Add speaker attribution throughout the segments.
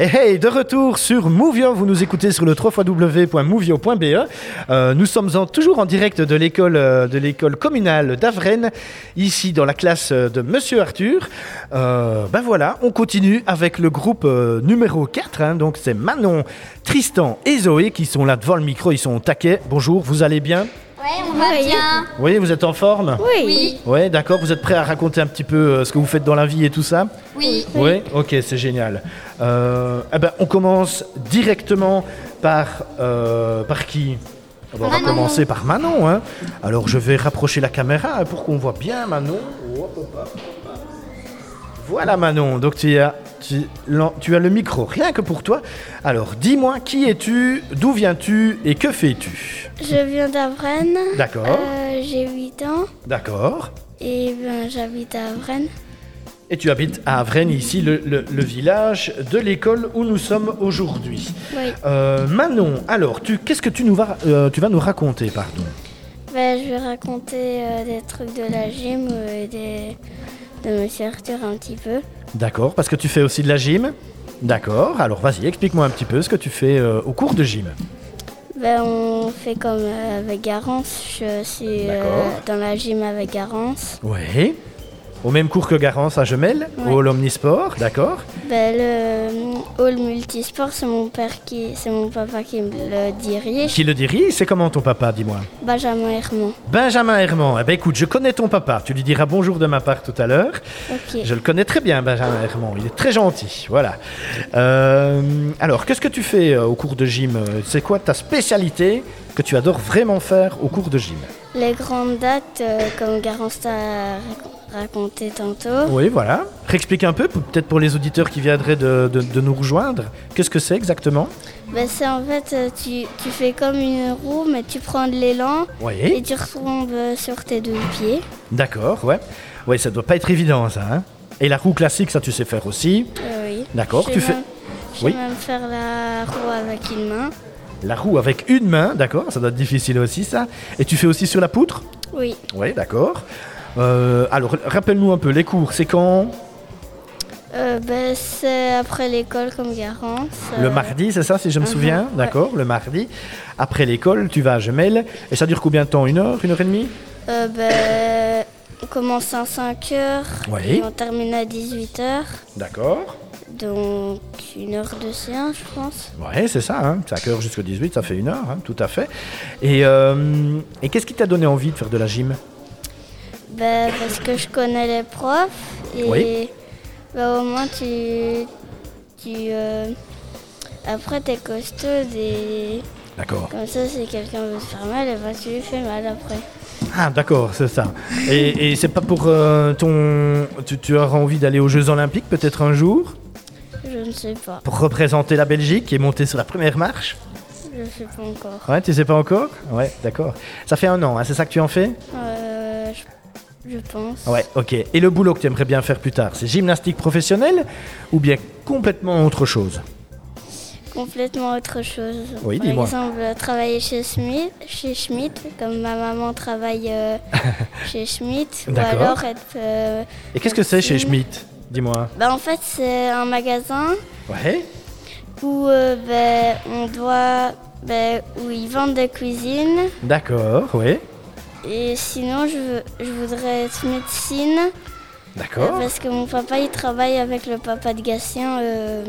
Speaker 1: Et hey, de retour sur Mouvio, vous nous écoutez sur le www.mouvio.be. Euh, nous sommes en- toujours en direct de l'école euh, de l'école communale d'Avrennes, ici dans la classe euh, de Monsieur Arthur. Euh, ben voilà, on continue avec le groupe euh, numéro 4. hein. donc c'est Manon, Tristan et Zoé qui sont là devant le micro, ils sont au taquet. Bonjour, vous allez bien
Speaker 2: Ouais, on va
Speaker 3: Oui.
Speaker 2: bien.
Speaker 1: Oui, vous êtes en forme
Speaker 2: Oui,
Speaker 1: Ouais, d'accord, vous êtes prêts à raconter un petit peu euh, ce que vous faites dans la vie et tout ça
Speaker 2: oui.
Speaker 1: Oui, ok, c'est génial. Euh, eh ben, on commence directement par, euh, par qui Ah ben, On va
Speaker 2: Manon.
Speaker 1: commencer par Manon. hein. Alors je vais rapprocher la caméra hein, pour qu'on voit bien Manon. Oh, Hop, hop, hop, hop. Voilà Manon, donc tu as, tu, l'en- tu as le micro, rien que pour toi. Alors dis-moi, qui es-tu, d'où viens-tu et que fais-tu
Speaker 3: Je viens d'Avrennes.
Speaker 1: D'accord,
Speaker 3: Euh, J'ai 8 ans
Speaker 1: d'accord.
Speaker 3: et ben, j'habite à Avrennes.
Speaker 1: Et tu habites à Avrennes, ici, le, le- le village de l'école où nous sommes aujourd'hui.
Speaker 3: Oui.
Speaker 1: Euh, Manon, alors, tu, qu'est-ce que tu, nous vas, euh, tu vas nous raconter, pardon
Speaker 3: Ben, je vais raconter euh, des trucs de la gym euh, et des... de Monsieur Arthur un petit peu.
Speaker 1: D'accord, parce que tu fais aussi de la gym D'accord, alors vas-y, explique-moi un petit peu ce que tu fais euh, au cours de gym.
Speaker 3: Ben, on fait comme euh, avec Garance. Je suis euh,
Speaker 1: D'accord.
Speaker 3: dans la gym avec Garance.
Speaker 1: Oui. Au même cours que Garance à Gemelle,
Speaker 3: Ouais.
Speaker 1: au l'Omnisport, d'accord
Speaker 3: Ben, le euh, hall multisport, c'est mon père qui, c'est mon papa qui me le dirige.
Speaker 1: Qui le dirige C'est comment ton papa, dis-moi
Speaker 3: Benjamin Herman.
Speaker 1: Benjamin Herman. Eh ben écoute, je connais ton papa. Tu lui diras bonjour de ma part tout à l'heure.
Speaker 3: Ok.
Speaker 1: Je le connais très bien, Benjamin Herman. Il est très gentil. Voilà. Euh, alors, qu'est-ce que tu fais euh, au cours de gym C'est quoi ta spécialité que tu adores vraiment faire au cours de gym
Speaker 3: Les grandes dates, euh, comme Garance t'a rac- raconté tantôt.
Speaker 1: Oui, voilà. Réexplique un peu, p- peut-être pour les auditeurs qui viendraient de, de- de nous rejoindre. Qu'est-ce que c'est exactement
Speaker 3: Bah, c'est en fait, euh, tu, tu fais comme une roue, mais tu prends de l'élan et
Speaker 1: Oui.
Speaker 3: tu retombes euh, sur tes deux pieds.
Speaker 1: D'accord, ouais. Oui, ça doit pas être évident, ça. hein. Et la roue classique, ça, tu sais faire aussi.
Speaker 3: Euh, oui.
Speaker 1: D'accord,
Speaker 3: Je
Speaker 1: tu
Speaker 3: sais
Speaker 1: fais-
Speaker 3: même- Je
Speaker 1: Oui.
Speaker 3: vais même faire la roue avec une main.
Speaker 1: La roue avec une main, d'accord. Ça doit être difficile aussi, ça. Et tu fais aussi sur la poutre
Speaker 3: Oui.
Speaker 1: Oui, d'accord. Euh, alors, rappelle-nous un peu, les cours, c'est quand
Speaker 3: Euh, bah, c'est après l'école comme garance.
Speaker 1: Le
Speaker 3: euh,
Speaker 1: mardi, c'est ça, si je me
Speaker 3: Mhm,
Speaker 1: souviens
Speaker 3: ouais.
Speaker 1: D'accord, le mardi. Après l'école, tu vas à Gemelle. Et ça dure combien de temps Une heure Une heure et demie
Speaker 3: euh, bah, on commence à 5 heures
Speaker 1: Oui.
Speaker 3: et on termine à 18 heures.
Speaker 1: D'accord.
Speaker 3: Donc une heure de séance, je pense.
Speaker 1: Ouais, c'est ça. Hein. 5 heures jusqu'à 18, ça fait une heure, hein, tout à fait. Et, euh, et qu'est-ce qui t'a donné envie de faire de la gym
Speaker 3: Bah, parce que je connais les profs et
Speaker 1: Oui.
Speaker 3: bah, au moins tu. tu euh, après, t'es costaud et
Speaker 1: D'accord.
Speaker 3: comme ça, si quelqu'un veut te faire mal, eh ben, tu lui fais mal après.
Speaker 1: Ah, d'accord, c'est ça. Et, et c'est pas pour euh, ton... Tu, tu auras envie d'aller aux Jeux Olympiques peut-être un jour
Speaker 3: Je ne sais pas,
Speaker 1: Pour représenter la Belgique et monter sur la première marche
Speaker 3: je ne sais pas encore.
Speaker 1: Ouais, tu sais pas encore Ouais, d'accord. Ça fait un an, hein, c'est ça que tu en fais
Speaker 3: Euh, je, je pense.
Speaker 1: Ouais, ok. Et le boulot que tu aimerais bien faire plus tard, c'est gymnastique professionnelle ou bien complètement autre chose
Speaker 3: Complètement autre chose.
Speaker 1: Oui,
Speaker 3: Par
Speaker 1: dis-moi.
Speaker 3: exemple, euh, travailler chez Schmidt, chez Schmidt, comme ma maman travaille euh, chez Schmidt, ou
Speaker 1: D'accord.
Speaker 3: alors être. euh,
Speaker 1: Et qu'est-ce que c'est chez
Speaker 3: Merci.
Speaker 1: Schmidt Dis-moi.
Speaker 3: bah, en fait, c'est un magasin
Speaker 1: Ouais
Speaker 3: où euh, ben, on doit ben, où ils vendent de cuisine
Speaker 1: D'accord, ouais.
Speaker 3: et sinon je, veux- je voudrais être médecine euh,
Speaker 1: D'accord.
Speaker 3: parce que mon papa il travaille avec le papa de Gatien euh,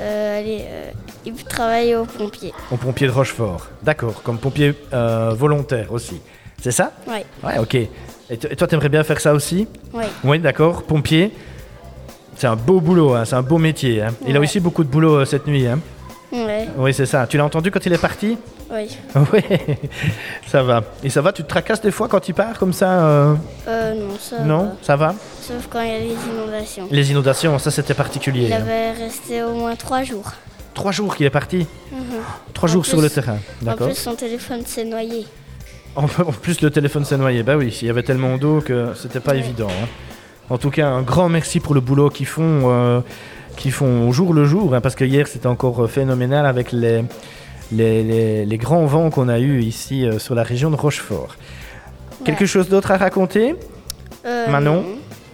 Speaker 3: euh, allez, euh, il travaille aux pompiers
Speaker 1: Au pompier de Rochefort. D'accord, comme pompier euh, volontaire aussi. C'est ça
Speaker 3: ouais
Speaker 1: Ouais, ok. Et, t- et toi, t'aimerais bien faire ça aussi
Speaker 3: ouais
Speaker 1: Oui, d'accord, pompier. C'est un beau boulot, hein, c'est un beau métier. hein. Il a
Speaker 3: Ouais.
Speaker 1: aussi beaucoup de boulot euh, cette nuit. hein.
Speaker 3: ouais
Speaker 1: Oui, c'est ça. Tu l'as entendu quand il est parti
Speaker 3: ouais
Speaker 1: Oui, ça va. Et ça va, tu te tracasses des fois quand il part comme ça euh,
Speaker 3: Euh, non ça
Speaker 1: Non,
Speaker 3: va.
Speaker 1: ça va
Speaker 3: sauf quand il y a les inondations
Speaker 1: Les inondations, ça c'était particulier.
Speaker 3: il
Speaker 1: hein.
Speaker 3: avait resté au moins trois jours
Speaker 1: Trois jours qu'il est parti.
Speaker 3: Mhm.
Speaker 1: Trois
Speaker 3: En
Speaker 1: jours sur
Speaker 3: plus-
Speaker 1: le terrain.
Speaker 3: en
Speaker 1: D'accord.
Speaker 3: plus son téléphone s'est noyé
Speaker 1: En, en plus, le téléphone s'est noyé. Bah oui, il y avait tellement d'eau que c'était pas
Speaker 3: Ouais.
Speaker 1: évident. hein. En tout cas, un grand merci pour le boulot qu'ils font, euh, qu'ils font au jour le jour. hein, parce que hier, c'était encore euh, phénoménal avec les, les, les- les grands vents qu'on a eus ici euh, sur la région de Rochefort. Quelque chose d'autre à raconter
Speaker 3: Euh,
Speaker 1: Manon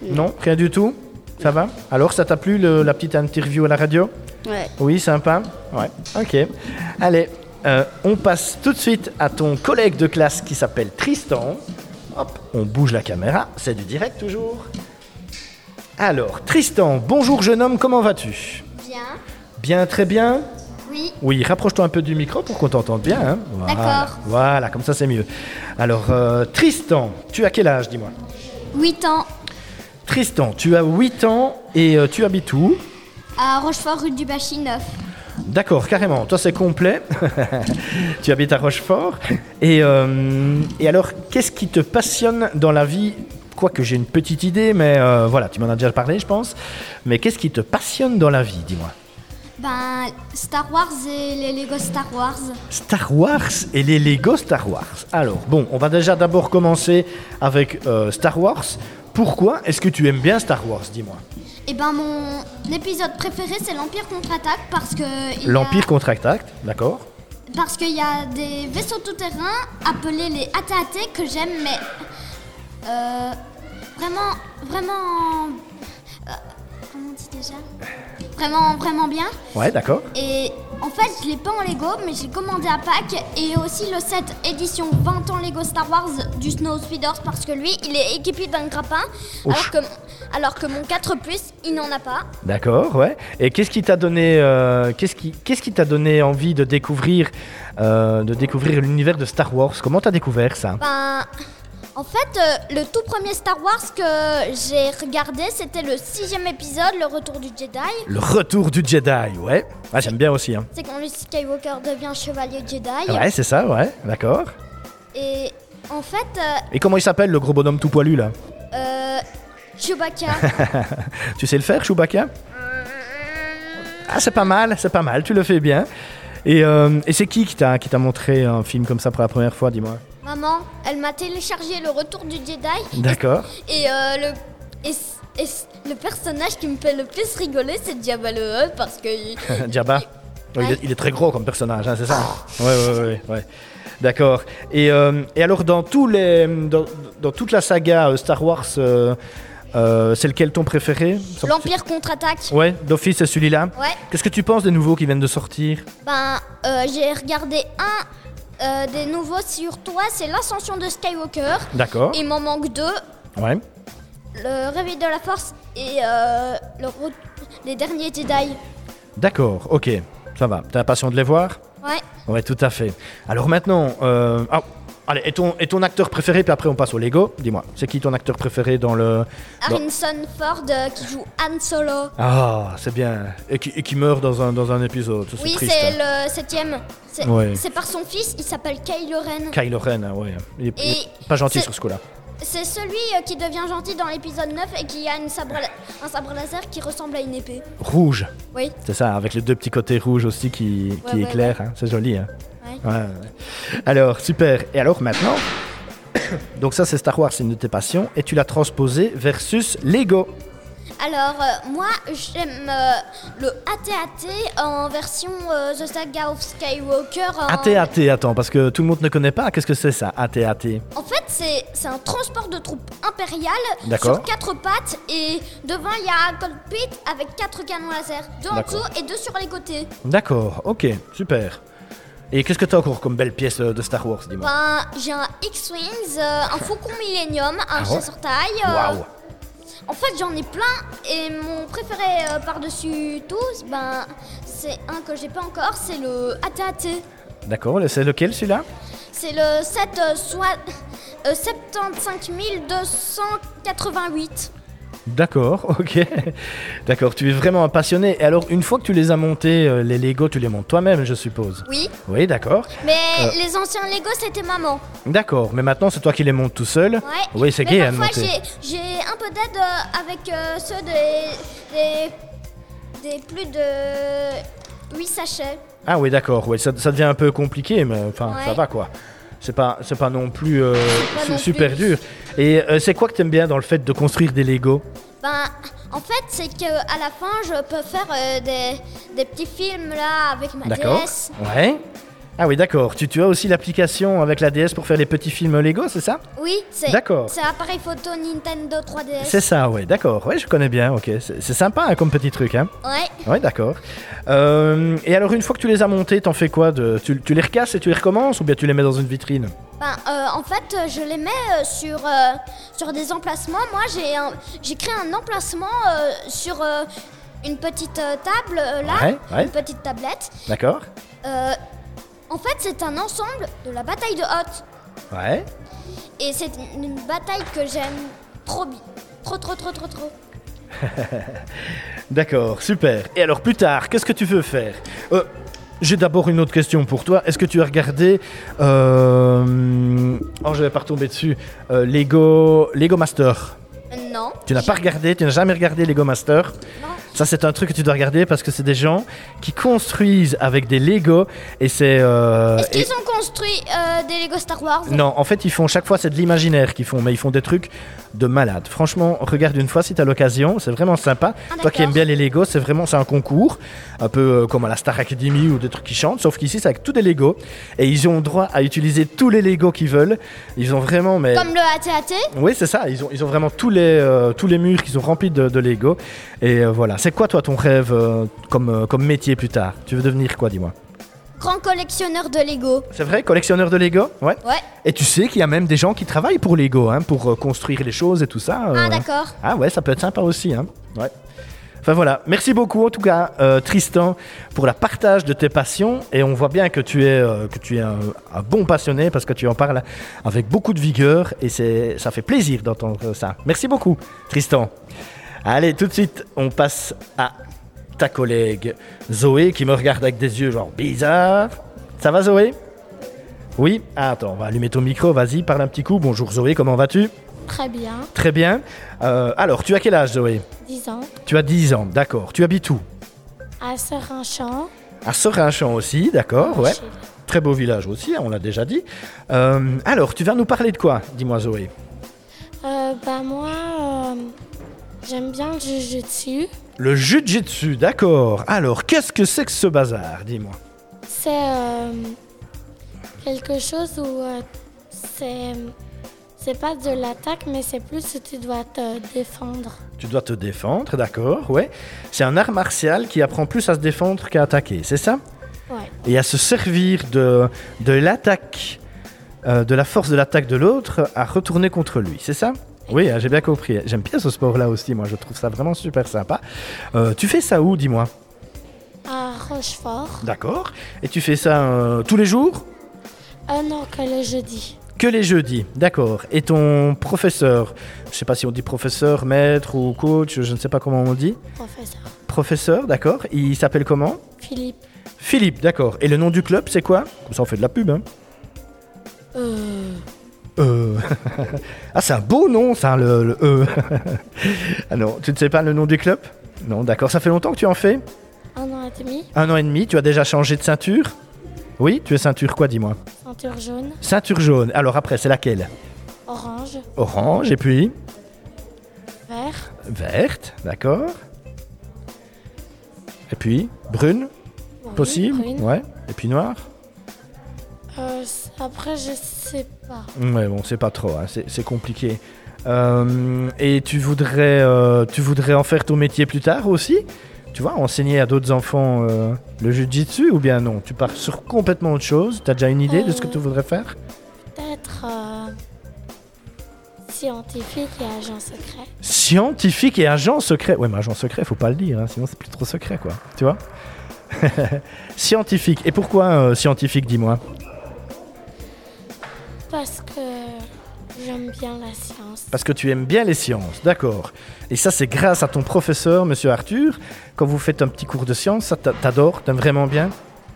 Speaker 3: non.
Speaker 1: Non, rien du tout Ça va Alors, ça t'a plu le- la petite interview à la radio
Speaker 3: Ouais.
Speaker 1: Oui, sympa. Ouais, ok. Allez, euh, on passe tout de suite à ton collègue de classe qui s'appelle Tristan. Hop, on bouge la caméra, c'est du direct toujours. Alors, Tristan, bonjour jeune homme, comment vas-tu
Speaker 2: Bien.
Speaker 1: Bien, très bien.
Speaker 2: Oui.
Speaker 1: Oui, rapproche-toi un peu du micro pour qu'on t'entende bien. hein. Voilà.
Speaker 2: D'accord.
Speaker 1: Voilà, comme ça c'est mieux. Alors, euh, Tristan, tu as quel âge, dis-moi
Speaker 2: 8 ans.
Speaker 1: Tristan, tu as 8 ans et euh, tu habites où
Speaker 2: À Rochefort, rue du Bachy 9.
Speaker 1: D'accord, carrément. Toi, c'est complet. tu habites à Rochefort. Et, euh, et alors, qu'est-ce qui te passionne dans la vie Quoique j'ai une petite idée, mais euh, voilà, tu m'en as déjà parlé, je pense. Mais qu'est-ce qui te passionne dans la vie, dis-moi
Speaker 2: Ben, Star Wars et les Lego Star Wars.
Speaker 1: Star Wars et les Lego Star Wars. Alors, bon, on va déjà d'abord commencer avec euh, Star Wars. Pourquoi est-ce que tu aimes bien Star Wars, dis-moi
Speaker 2: Et ben, mon épisode préféré, c'est l'Empire contre-attaque parce que. il y a-
Speaker 1: L'Empire contre-attaque, d'accord
Speaker 2: Parce qu'il y a des vaisseaux tout-terrain appelés les AT-AT que j'aime, mais. euh, vraiment, vraiment. euh, comment on dit déjà Vraiment, vraiment bien.
Speaker 1: Ouais, d'accord.
Speaker 2: Et en fait, je l'ai pas en Lego, mais j'ai commandé à Pâques et aussi le set édition 20 ans Lego Star Wars du Snow Speeders parce que lui, il est équipé d'un grappin, alors
Speaker 1: Ouch.
Speaker 2: que, alors que mon 4 plus, il n'en a pas.
Speaker 1: D'accord, ouais. Et qu'est-ce qui t'a donné, euh, qu'est-ce qui, qu'est-ce qui t'a donné envie de découvrir, euh, de découvrir l'univers de Star Wars Comment t'as découvert ça
Speaker 2: Ben, en fait, euh, le tout premier Star Wars que j'ai regardé, c'était le sixième épisode, le Retour du Jedi.
Speaker 1: Le retour du Jedi, ouais. Ah, j'aime bien aussi. Hein.
Speaker 2: C'est quand Luke Skywalker devient chevalier Jedi.
Speaker 1: Ah Ouais, c'est ça, ouais. D'accord.
Speaker 2: Et en fait, euh,
Speaker 1: Et comment il s'appelle le gros bonhomme tout poilu là
Speaker 2: euh, Chewbacca.
Speaker 1: Tu sais le faire, Chewbacca Ah, c'est pas mal, c'est pas mal. Tu le fais bien. Et, euh, et c'est qui qui t'a, qui t'a montré un film comme ça pour la première fois Dis-moi.
Speaker 2: Maman, elle m'a téléchargé le retour du Jedi
Speaker 1: D'accord.
Speaker 2: et euh, le et, s- et s- le personnage qui me fait le plus rigoler, c'est Diablo Hutt parce que il-
Speaker 1: Jabba. Oh, Il, est, il est très gros comme personnage, hein, c'est ça Ouais, ouais, ouais. ouais. D'accord. Et, euh, et alors, dans, tous les, dans, dans toute la saga euh, Star Wars, euh, euh, c'est lequel ton préféré
Speaker 2: l'Empire contre-attaque.
Speaker 1: Ouais, d'office, c'est celui-là.
Speaker 2: Ouais.
Speaker 1: Qu'est-ce que tu penses des nouveaux qui viennent de sortir
Speaker 2: Ben, euh, j'ai regardé un euh, des nouveaux sur toi, c'est l'ascension de Skywalker.
Speaker 1: D'accord.
Speaker 2: Il m'en manque deux,
Speaker 1: Ouais.
Speaker 2: le réveil de la Force et euh, le re- les derniers Jedi.
Speaker 1: D'accord, ok. Ça va. T'as la passion de les voir
Speaker 2: Ouais.
Speaker 1: Ouais, tout à fait. Alors maintenant, euh, ah, allez, et ton, et ton acteur préféré, puis après on passe au Lego. Dis-moi, c'est qui ton acteur préféré dans le. dans-
Speaker 2: Harrison Ford euh, qui joue Han Solo.
Speaker 1: Ah, c'est bien. Et qui, et qui meurt dans un, dans un épisode. ça, C'est
Speaker 2: Oui,
Speaker 1: triste. hein.
Speaker 2: c'est le septième. C'est
Speaker 1: Ouais.
Speaker 2: c'est par son fils, il s'appelle Kylo Ren.
Speaker 1: Kylo Ren, hein, ouais. Il est, il est
Speaker 2: Et
Speaker 1: pas gentil
Speaker 2: c'est-
Speaker 1: sur ce coup-là.
Speaker 2: C'est celui euh, qui devient gentil dans l'épisode 9 et qui a une sabre, un sabre laser qui ressemble à une épée.
Speaker 1: Rouge,
Speaker 2: Oui.
Speaker 1: c'est ça, avec les deux petits côtés rouges aussi qui, qui
Speaker 2: ouais,
Speaker 1: éclairent. hein, C'est joli. hein.
Speaker 2: Ouais.
Speaker 1: Ouais, ouais. Alors, super. Et alors maintenant, donc ça c'est Star Wars, c'est une de tes passions, et tu l'as transposé versus Lego.
Speaker 2: Alors, euh, moi, j'aime euh, le AT-AT en version euh, The Saga of Skywalker. en-
Speaker 1: AT-AT, attends, parce que tout le monde ne connaît pas. Qu'est-ce que c'est ça, AT-AT
Speaker 2: En fait, c'est c'est un transport de troupes impériales
Speaker 1: D'accord.
Speaker 2: sur quatre pattes et devant il y a un cockpit avec quatre canons laser, deux en
Speaker 1: D'accord.
Speaker 2: dessous et deux sur les côtés.
Speaker 1: D'accord, ok, super. Et qu'est-ce que t'as encore comme belle pièce euh, de Star Wars, dis-moi
Speaker 2: Ben, j'ai un X-Wings, euh, un Faucon Millennium, un
Speaker 1: Ah ouais
Speaker 2: chasseur taille. euh,
Speaker 1: Waouh
Speaker 2: En fait, j'en ai plein et mon préféré euh, par-dessus tous, ben, c'est un que j'ai pas encore, c'est le AT-AT.
Speaker 1: D'accord, c'est lequel celui-là
Speaker 2: C'est le 7 euh, soit euh, 75 288.
Speaker 1: D'accord, ok. D'accord, tu es vraiment un passionné. Et alors, une fois que tu les as montés, euh, les Lego, tu les montes toi-même, je suppose.
Speaker 2: Oui,
Speaker 1: Oui, d'accord.
Speaker 2: mais
Speaker 1: Euh.
Speaker 2: les anciens Lego c'était maman.
Speaker 1: D'accord, mais maintenant, c'est toi qui les montes tout seul.
Speaker 2: Ouais.
Speaker 1: Oui, c'est
Speaker 2: Mais
Speaker 1: gay à
Speaker 2: Parfois
Speaker 1: monter.
Speaker 2: j'ai- j'ai un peu d'aide euh, avec euh, ceux des, des des plus de 8 sachets.
Speaker 1: Ah oui, d'accord, ouais, ça, ça devient un peu compliqué, mais enfin,
Speaker 2: Ouais.
Speaker 1: ça va quoi. C'est pas, c'est pas non plus euh,
Speaker 2: pas
Speaker 1: su-
Speaker 2: non
Speaker 1: super
Speaker 2: plus.
Speaker 1: dur. Et euh, c'est quoi que t'aimes bien dans le fait de construire des Lego
Speaker 2: Ben, en fait, c'est que à la fin, je peux faire euh, des, des petits films là avec ma
Speaker 1: D'accord
Speaker 2: DS.
Speaker 1: Ouais. Ah oui, d'accord. Tu, tu as aussi l'application avec la DS pour faire les petits films Lego, c'est ça
Speaker 2: Oui, c'est.
Speaker 1: D'accord.
Speaker 2: C'est appareil photo Nintendo 3DS.
Speaker 1: C'est ça, oui, d'accord. Oui, je connais bien, ok. C'est c'est sympa hein, comme petit truc, hein
Speaker 2: Ouais.
Speaker 1: Oui, d'accord. Euh, et alors, une fois que tu les as montés, t'en fais quoi de... tu, tu les recasses et tu les recommences ou bien tu les mets dans une vitrine
Speaker 2: Ben, euh, en fait, euh, je les mets euh, sur, euh, sur des emplacements. Moi, j'ai un- j'ai créé un emplacement euh, sur euh, une petite euh, table euh, là,
Speaker 1: Ouais, ouais.
Speaker 2: une petite tablette.
Speaker 1: D'accord
Speaker 2: Euh, en fait, c'est un ensemble de la bataille de Hoth.
Speaker 1: Ouais.
Speaker 2: Et c'est une- une bataille que j'aime trop, bi- trop, trop, trop, trop, trop.
Speaker 1: D'accord, super. Et alors, plus tard, qu'est-ce que tu veux faire Euh, J'ai d'abord une autre question pour toi. Est-ce que tu as regardé. Euh... Oh, je vais pas retomber dessus. Euh, Lego... Lego Master.
Speaker 2: Euh, Non.
Speaker 1: Tu n'as pas regardé, tu n'as jamais regardé Lego Master.
Speaker 2: Non.
Speaker 1: Ça, c'est un truc que tu dois regarder parce que c'est des gens qui construisent avec des Lego et c'est. euh,
Speaker 2: Est-ce
Speaker 1: et-
Speaker 2: qu'ils ont construit euh, des Lego Star Wars
Speaker 1: Non, en fait, ils font chaque fois, c'est de l'imaginaire qu'ils font, mais ils font des trucs de malade. Franchement, regarde une fois si t'as l'occasion, c'est vraiment sympa.
Speaker 2: Ah,
Speaker 1: Toi qui
Speaker 2: d'accord.
Speaker 1: aimes bien les Lego, c'est vraiment c'est un concours, un peu euh, comme à la Star Academy ou des trucs qui chantent, sauf qu'ici c'est avec tous des Lego et ils ont droit à utiliser tous les Lego qu'ils veulent. Ils ont vraiment, mais
Speaker 2: Comme le AT-AT
Speaker 1: oui, c'est ça. Ils ont, ils ont vraiment tous les, euh, tous les murs qui sont remplis de, de Lego et euh, voilà. C'est quoi toi ton rêve euh, comme, euh, comme métier plus tard Tu veux devenir quoi, dis-moi
Speaker 2: Grand collectionneur de Lego.
Speaker 1: C'est vrai, collectionneur de Lego, ouais.
Speaker 2: Ouais.
Speaker 1: Et tu sais qu'il y a même des gens qui travaillent pour Lego, hein, pour euh, construire les choses et tout ça. euh.
Speaker 2: Ah, d'accord.
Speaker 1: Ah ouais, ça peut être sympa aussi. Hein. Ouais. Enfin voilà, merci beaucoup en tout cas euh, Tristan pour la partage de tes passions et on voit bien que tu es, euh, que tu es un, un bon passionné parce que tu en parles avec beaucoup de vigueur et c'est, ça fait plaisir d'entendre ça. Merci beaucoup Tristan. Allez, tout de suite, on passe à ta collègue Zoé qui me regarde avec des yeux genre bizarre. Ça va Zoé Oui Ah, Attends, on va allumer ton micro, vas-y, parle un petit coup. Bonjour Zoé, comment vas-tu
Speaker 4: Très bien,
Speaker 1: Hein Très bien. Euh, alors, tu as quel âge, Zoé
Speaker 4: 10 ans.
Speaker 1: Tu as 10 ans, d'accord. Tu habites où
Speaker 4: À Serinchon.
Speaker 1: À Sorinchamp aussi, d'accord, ouais.
Speaker 4: Chez-
Speaker 1: Très beau village aussi, hein, on l'a déjà dit. Euh, alors, tu vas nous parler de quoi Dis-moi, Zoé.
Speaker 4: Euh, bah moi, euh, j'aime bien le jujutsu.
Speaker 1: Le jujitsu, d'accord. Alors, qu'est-ce que c'est que ce bazar Dis-moi.
Speaker 4: C'est euh, quelque chose où euh, c'est c'est pas de l'attaque, mais c'est plus où tu dois te défendre.
Speaker 1: Tu dois te défendre, d'accord, ouais. C'est un art martial qui apprend plus à se défendre qu'à attaquer, c'est ça
Speaker 4: Ouais.
Speaker 1: et à se servir de, de l'attaque, euh, de la force de l'attaque de l'autre, à retourner contre lui, c'est ça Oui, hein, j'ai bien compris. J'aime bien ce sport-là aussi, moi je trouve ça vraiment super sympa. Euh, tu fais ça où, dis-moi
Speaker 4: À Rochefort.
Speaker 1: D'accord. Et tu fais ça euh, tous les jours
Speaker 4: Un an que le jeudi.
Speaker 1: Que les jeudis, d'accord. Et ton professeur, je sais pas si on dit professeur, maître ou coach, je ne sais pas comment on dit.
Speaker 4: Professeur
Speaker 1: Professeur, d'accord. Il s'appelle comment
Speaker 4: Philippe.
Speaker 1: Philippe, d'accord. Et le nom du club, c'est quoi Comme ça on fait de la pub, hein
Speaker 4: Euh,
Speaker 1: Euh. ah, c'est un beau nom, ça, le, le E. ah non, tu ne sais pas le nom du club Non, d'accord. Ça fait longtemps que tu en fais
Speaker 4: un an et demi.
Speaker 1: Un an et demi, tu as déjà changé de ceinture Oui, tu es ceinture quoi, dis-moi
Speaker 4: Ceinture jaune,
Speaker 1: Ceinture jaune. Alors après, c'est laquelle
Speaker 4: orange,
Speaker 1: Orange et puis
Speaker 4: vert,
Speaker 1: verte, d'accord. Et puis brune,
Speaker 4: brune,
Speaker 1: possible
Speaker 4: brune.
Speaker 1: Ouais. Et puis noire
Speaker 4: Euh, après, je sais pas.
Speaker 1: Ouais, bon, c'est pas trop, hein, c'est c'est compliqué. Euh, et tu voudrais, euh, tu voudrais en faire ton métier plus tard aussi Tu vois, enseigner à d'autres enfants euh, le jujitsu ou bien non Tu pars sur complètement autre chose T'as déjà une idée de ce que tu voudrais faire
Speaker 4: Peut-être euh, scientifique et agent secret.
Speaker 1: Scientifique et agent secret. Ouais, mais agent secret, faut pas le dire, hein, sinon c'est plus trop secret, quoi. Tu vois Scientifique. Et pourquoi euh, scientifique, dis-moi
Speaker 4: Parce que j'aime bien la science.
Speaker 1: Parce que tu aimes bien les sciences, d'accord. Et ça, c'est grâce à ton professeur, monsieur Arthur. Quand vous faites un petit cours de sciences, ça t'a- t'adores, t'aimes vraiment bien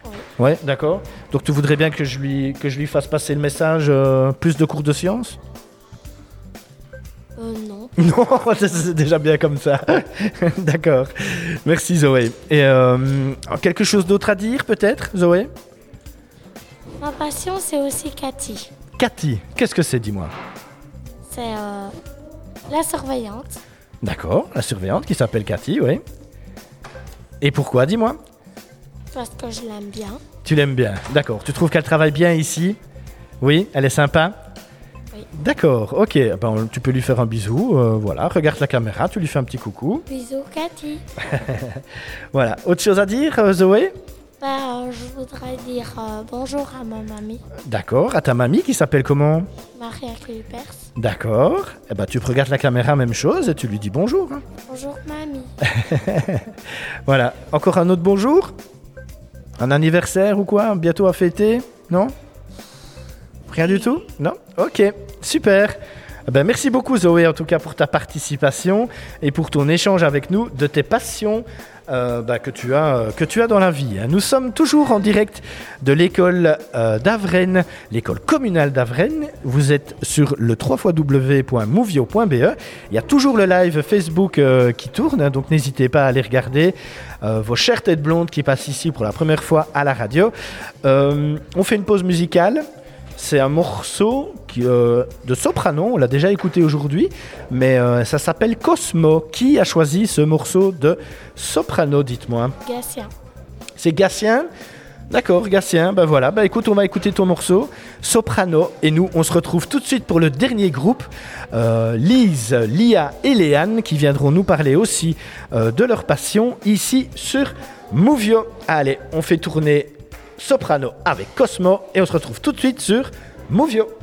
Speaker 4: Oui.
Speaker 1: Ouais, d'accord. Donc tu voudrais bien que je lui, que je lui fasse passer le message euh, plus de cours de sciences
Speaker 4: Euh, non.
Speaker 1: Non, ça, c'est déjà bien comme ça. d'accord. Merci Zoé. Et euh, quelque chose d'autre à dire peut-être, Zoé
Speaker 4: Ma passion, c'est aussi Cathy.
Speaker 1: Cathy, qu'est-ce que c'est, dis-moi
Speaker 4: C'est euh, la surveillante.
Speaker 1: D'accord, la surveillante qui s'appelle Cathy, oui. Et pourquoi, dis-moi
Speaker 4: parce que je l'aime bien.
Speaker 1: Tu l'aimes bien, d'accord. Tu trouves qu'elle travaille bien ici Oui, elle est sympa
Speaker 4: Oui.
Speaker 1: D'accord, ok. Ben, on- tu peux lui faire un bisou. euh, voilà, regarde la caméra, tu lui fais un petit coucou.
Speaker 4: Bisous, Cathy.
Speaker 1: Voilà. Autre chose à dire, euh, Zoé
Speaker 4: Bah, euh, je voudrais dire euh, bonjour à ma mamie,
Speaker 1: D'accord. À ta mamie qui s'appelle comment
Speaker 4: Maria Culpers.
Speaker 1: D'accord. Eh ben, tu regardes la caméra, même chose, et tu lui dis bonjour. hein.
Speaker 4: Bonjour, mamie.
Speaker 1: Voilà. Encore un autre bonjour Un anniversaire ou quoi Bientôt à fêter Non Rien du tout Non Ok, super. Eh Ben, merci beaucoup Zoé en tout cas pour ta participation et pour ton échange avec nous de tes passions euh, bah, que, tu as, euh, que tu as dans la vie. hein. Nous sommes toujours en direct de l'école euh, d'Avrennes, l'école communale d'Avrennes. Vous êtes sur le 3xw.movio.be. Il y a toujours le live Facebook euh, qui tourne, hein, donc n'hésitez pas à aller regarder euh, vos chères têtes blondes qui passent ici pour la première fois à la radio. Euh, on fait une pause musicale. C'est un morceau qui, euh, de soprano, on l'a déjà écouté aujourd'hui, mais euh, ça s'appelle Cosmo. Qui a choisi ce morceau de soprano, dites-moi
Speaker 4: Gatien.
Speaker 1: C'est Gatien D'accord, Gatien, ben voilà, ben écoute, on va écouter ton morceau, Soprano, et nous, on se retrouve tout de suite pour le dernier groupe, euh, Lise, Lia et Léane, qui viendront nous parler aussi euh, de leur passion ici sur Mouvio. Allez, on fait tourner Soprano avec Cosmo, et on se retrouve tout de suite sur Mouvio.